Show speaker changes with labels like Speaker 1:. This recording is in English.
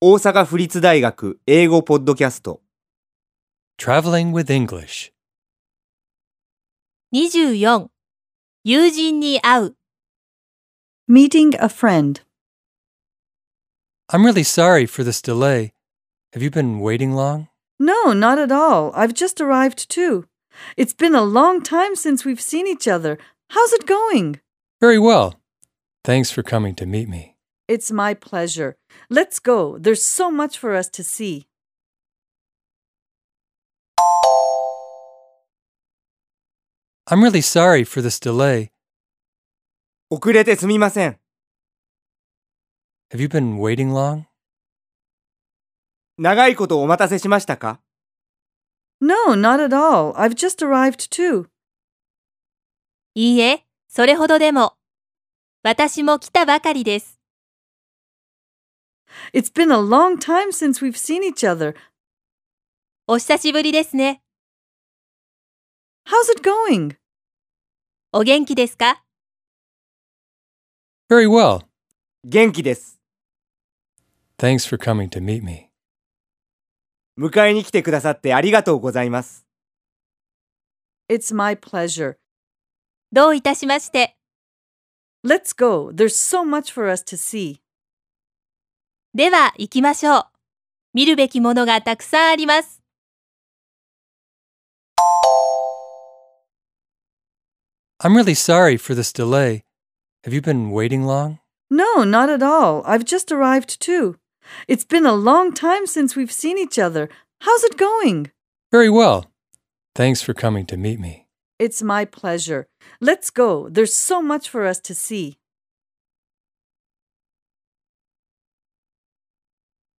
Speaker 1: 大阪府立大学英語ポッドキャスト
Speaker 2: Traveling with English.
Speaker 3: 24友人に会う
Speaker 4: Meeting a friend.
Speaker 2: I'm really sorry for this delay. Have you been waiting long?
Speaker 4: No, not at all. I've just arrived too. It's been a long time since we've seen each other. How's it going?
Speaker 2: Very well. Thanks for coming to meet me.
Speaker 4: It's my pleasure. Let's go. There's so much for us to see.
Speaker 2: I'm really sorry for this delay.
Speaker 1: 遅れてすみません
Speaker 2: Have you been waiting long?
Speaker 1: 長いことお待たせしましたか
Speaker 4: No, not at all. I've just arrived too.
Speaker 3: いいえそれほどでも私も来たばかりです
Speaker 4: It's been a long time since we've seen each other.
Speaker 3: お久しぶりですね
Speaker 4: How's it going?
Speaker 3: お元気ですか
Speaker 2: Very well.
Speaker 1: 元気です
Speaker 2: Thanks for coming to meet me.
Speaker 1: 迎えに来てくださってありがとうございます
Speaker 4: It's my pleasure.
Speaker 3: どういたしまして
Speaker 4: Let's go. There's so much for us to see.
Speaker 3: では行きましょう見るべきものがたくさんあります
Speaker 2: I'm really sorry for this delay. Have you been waiting long?
Speaker 4: No, not at all. I've just arrived too. It's been a long time since we've seen each other. How's it going?
Speaker 2: Very well. Thanks for coming to meet me.
Speaker 4: It's my pleasure. Let's go. There's so much for us to see.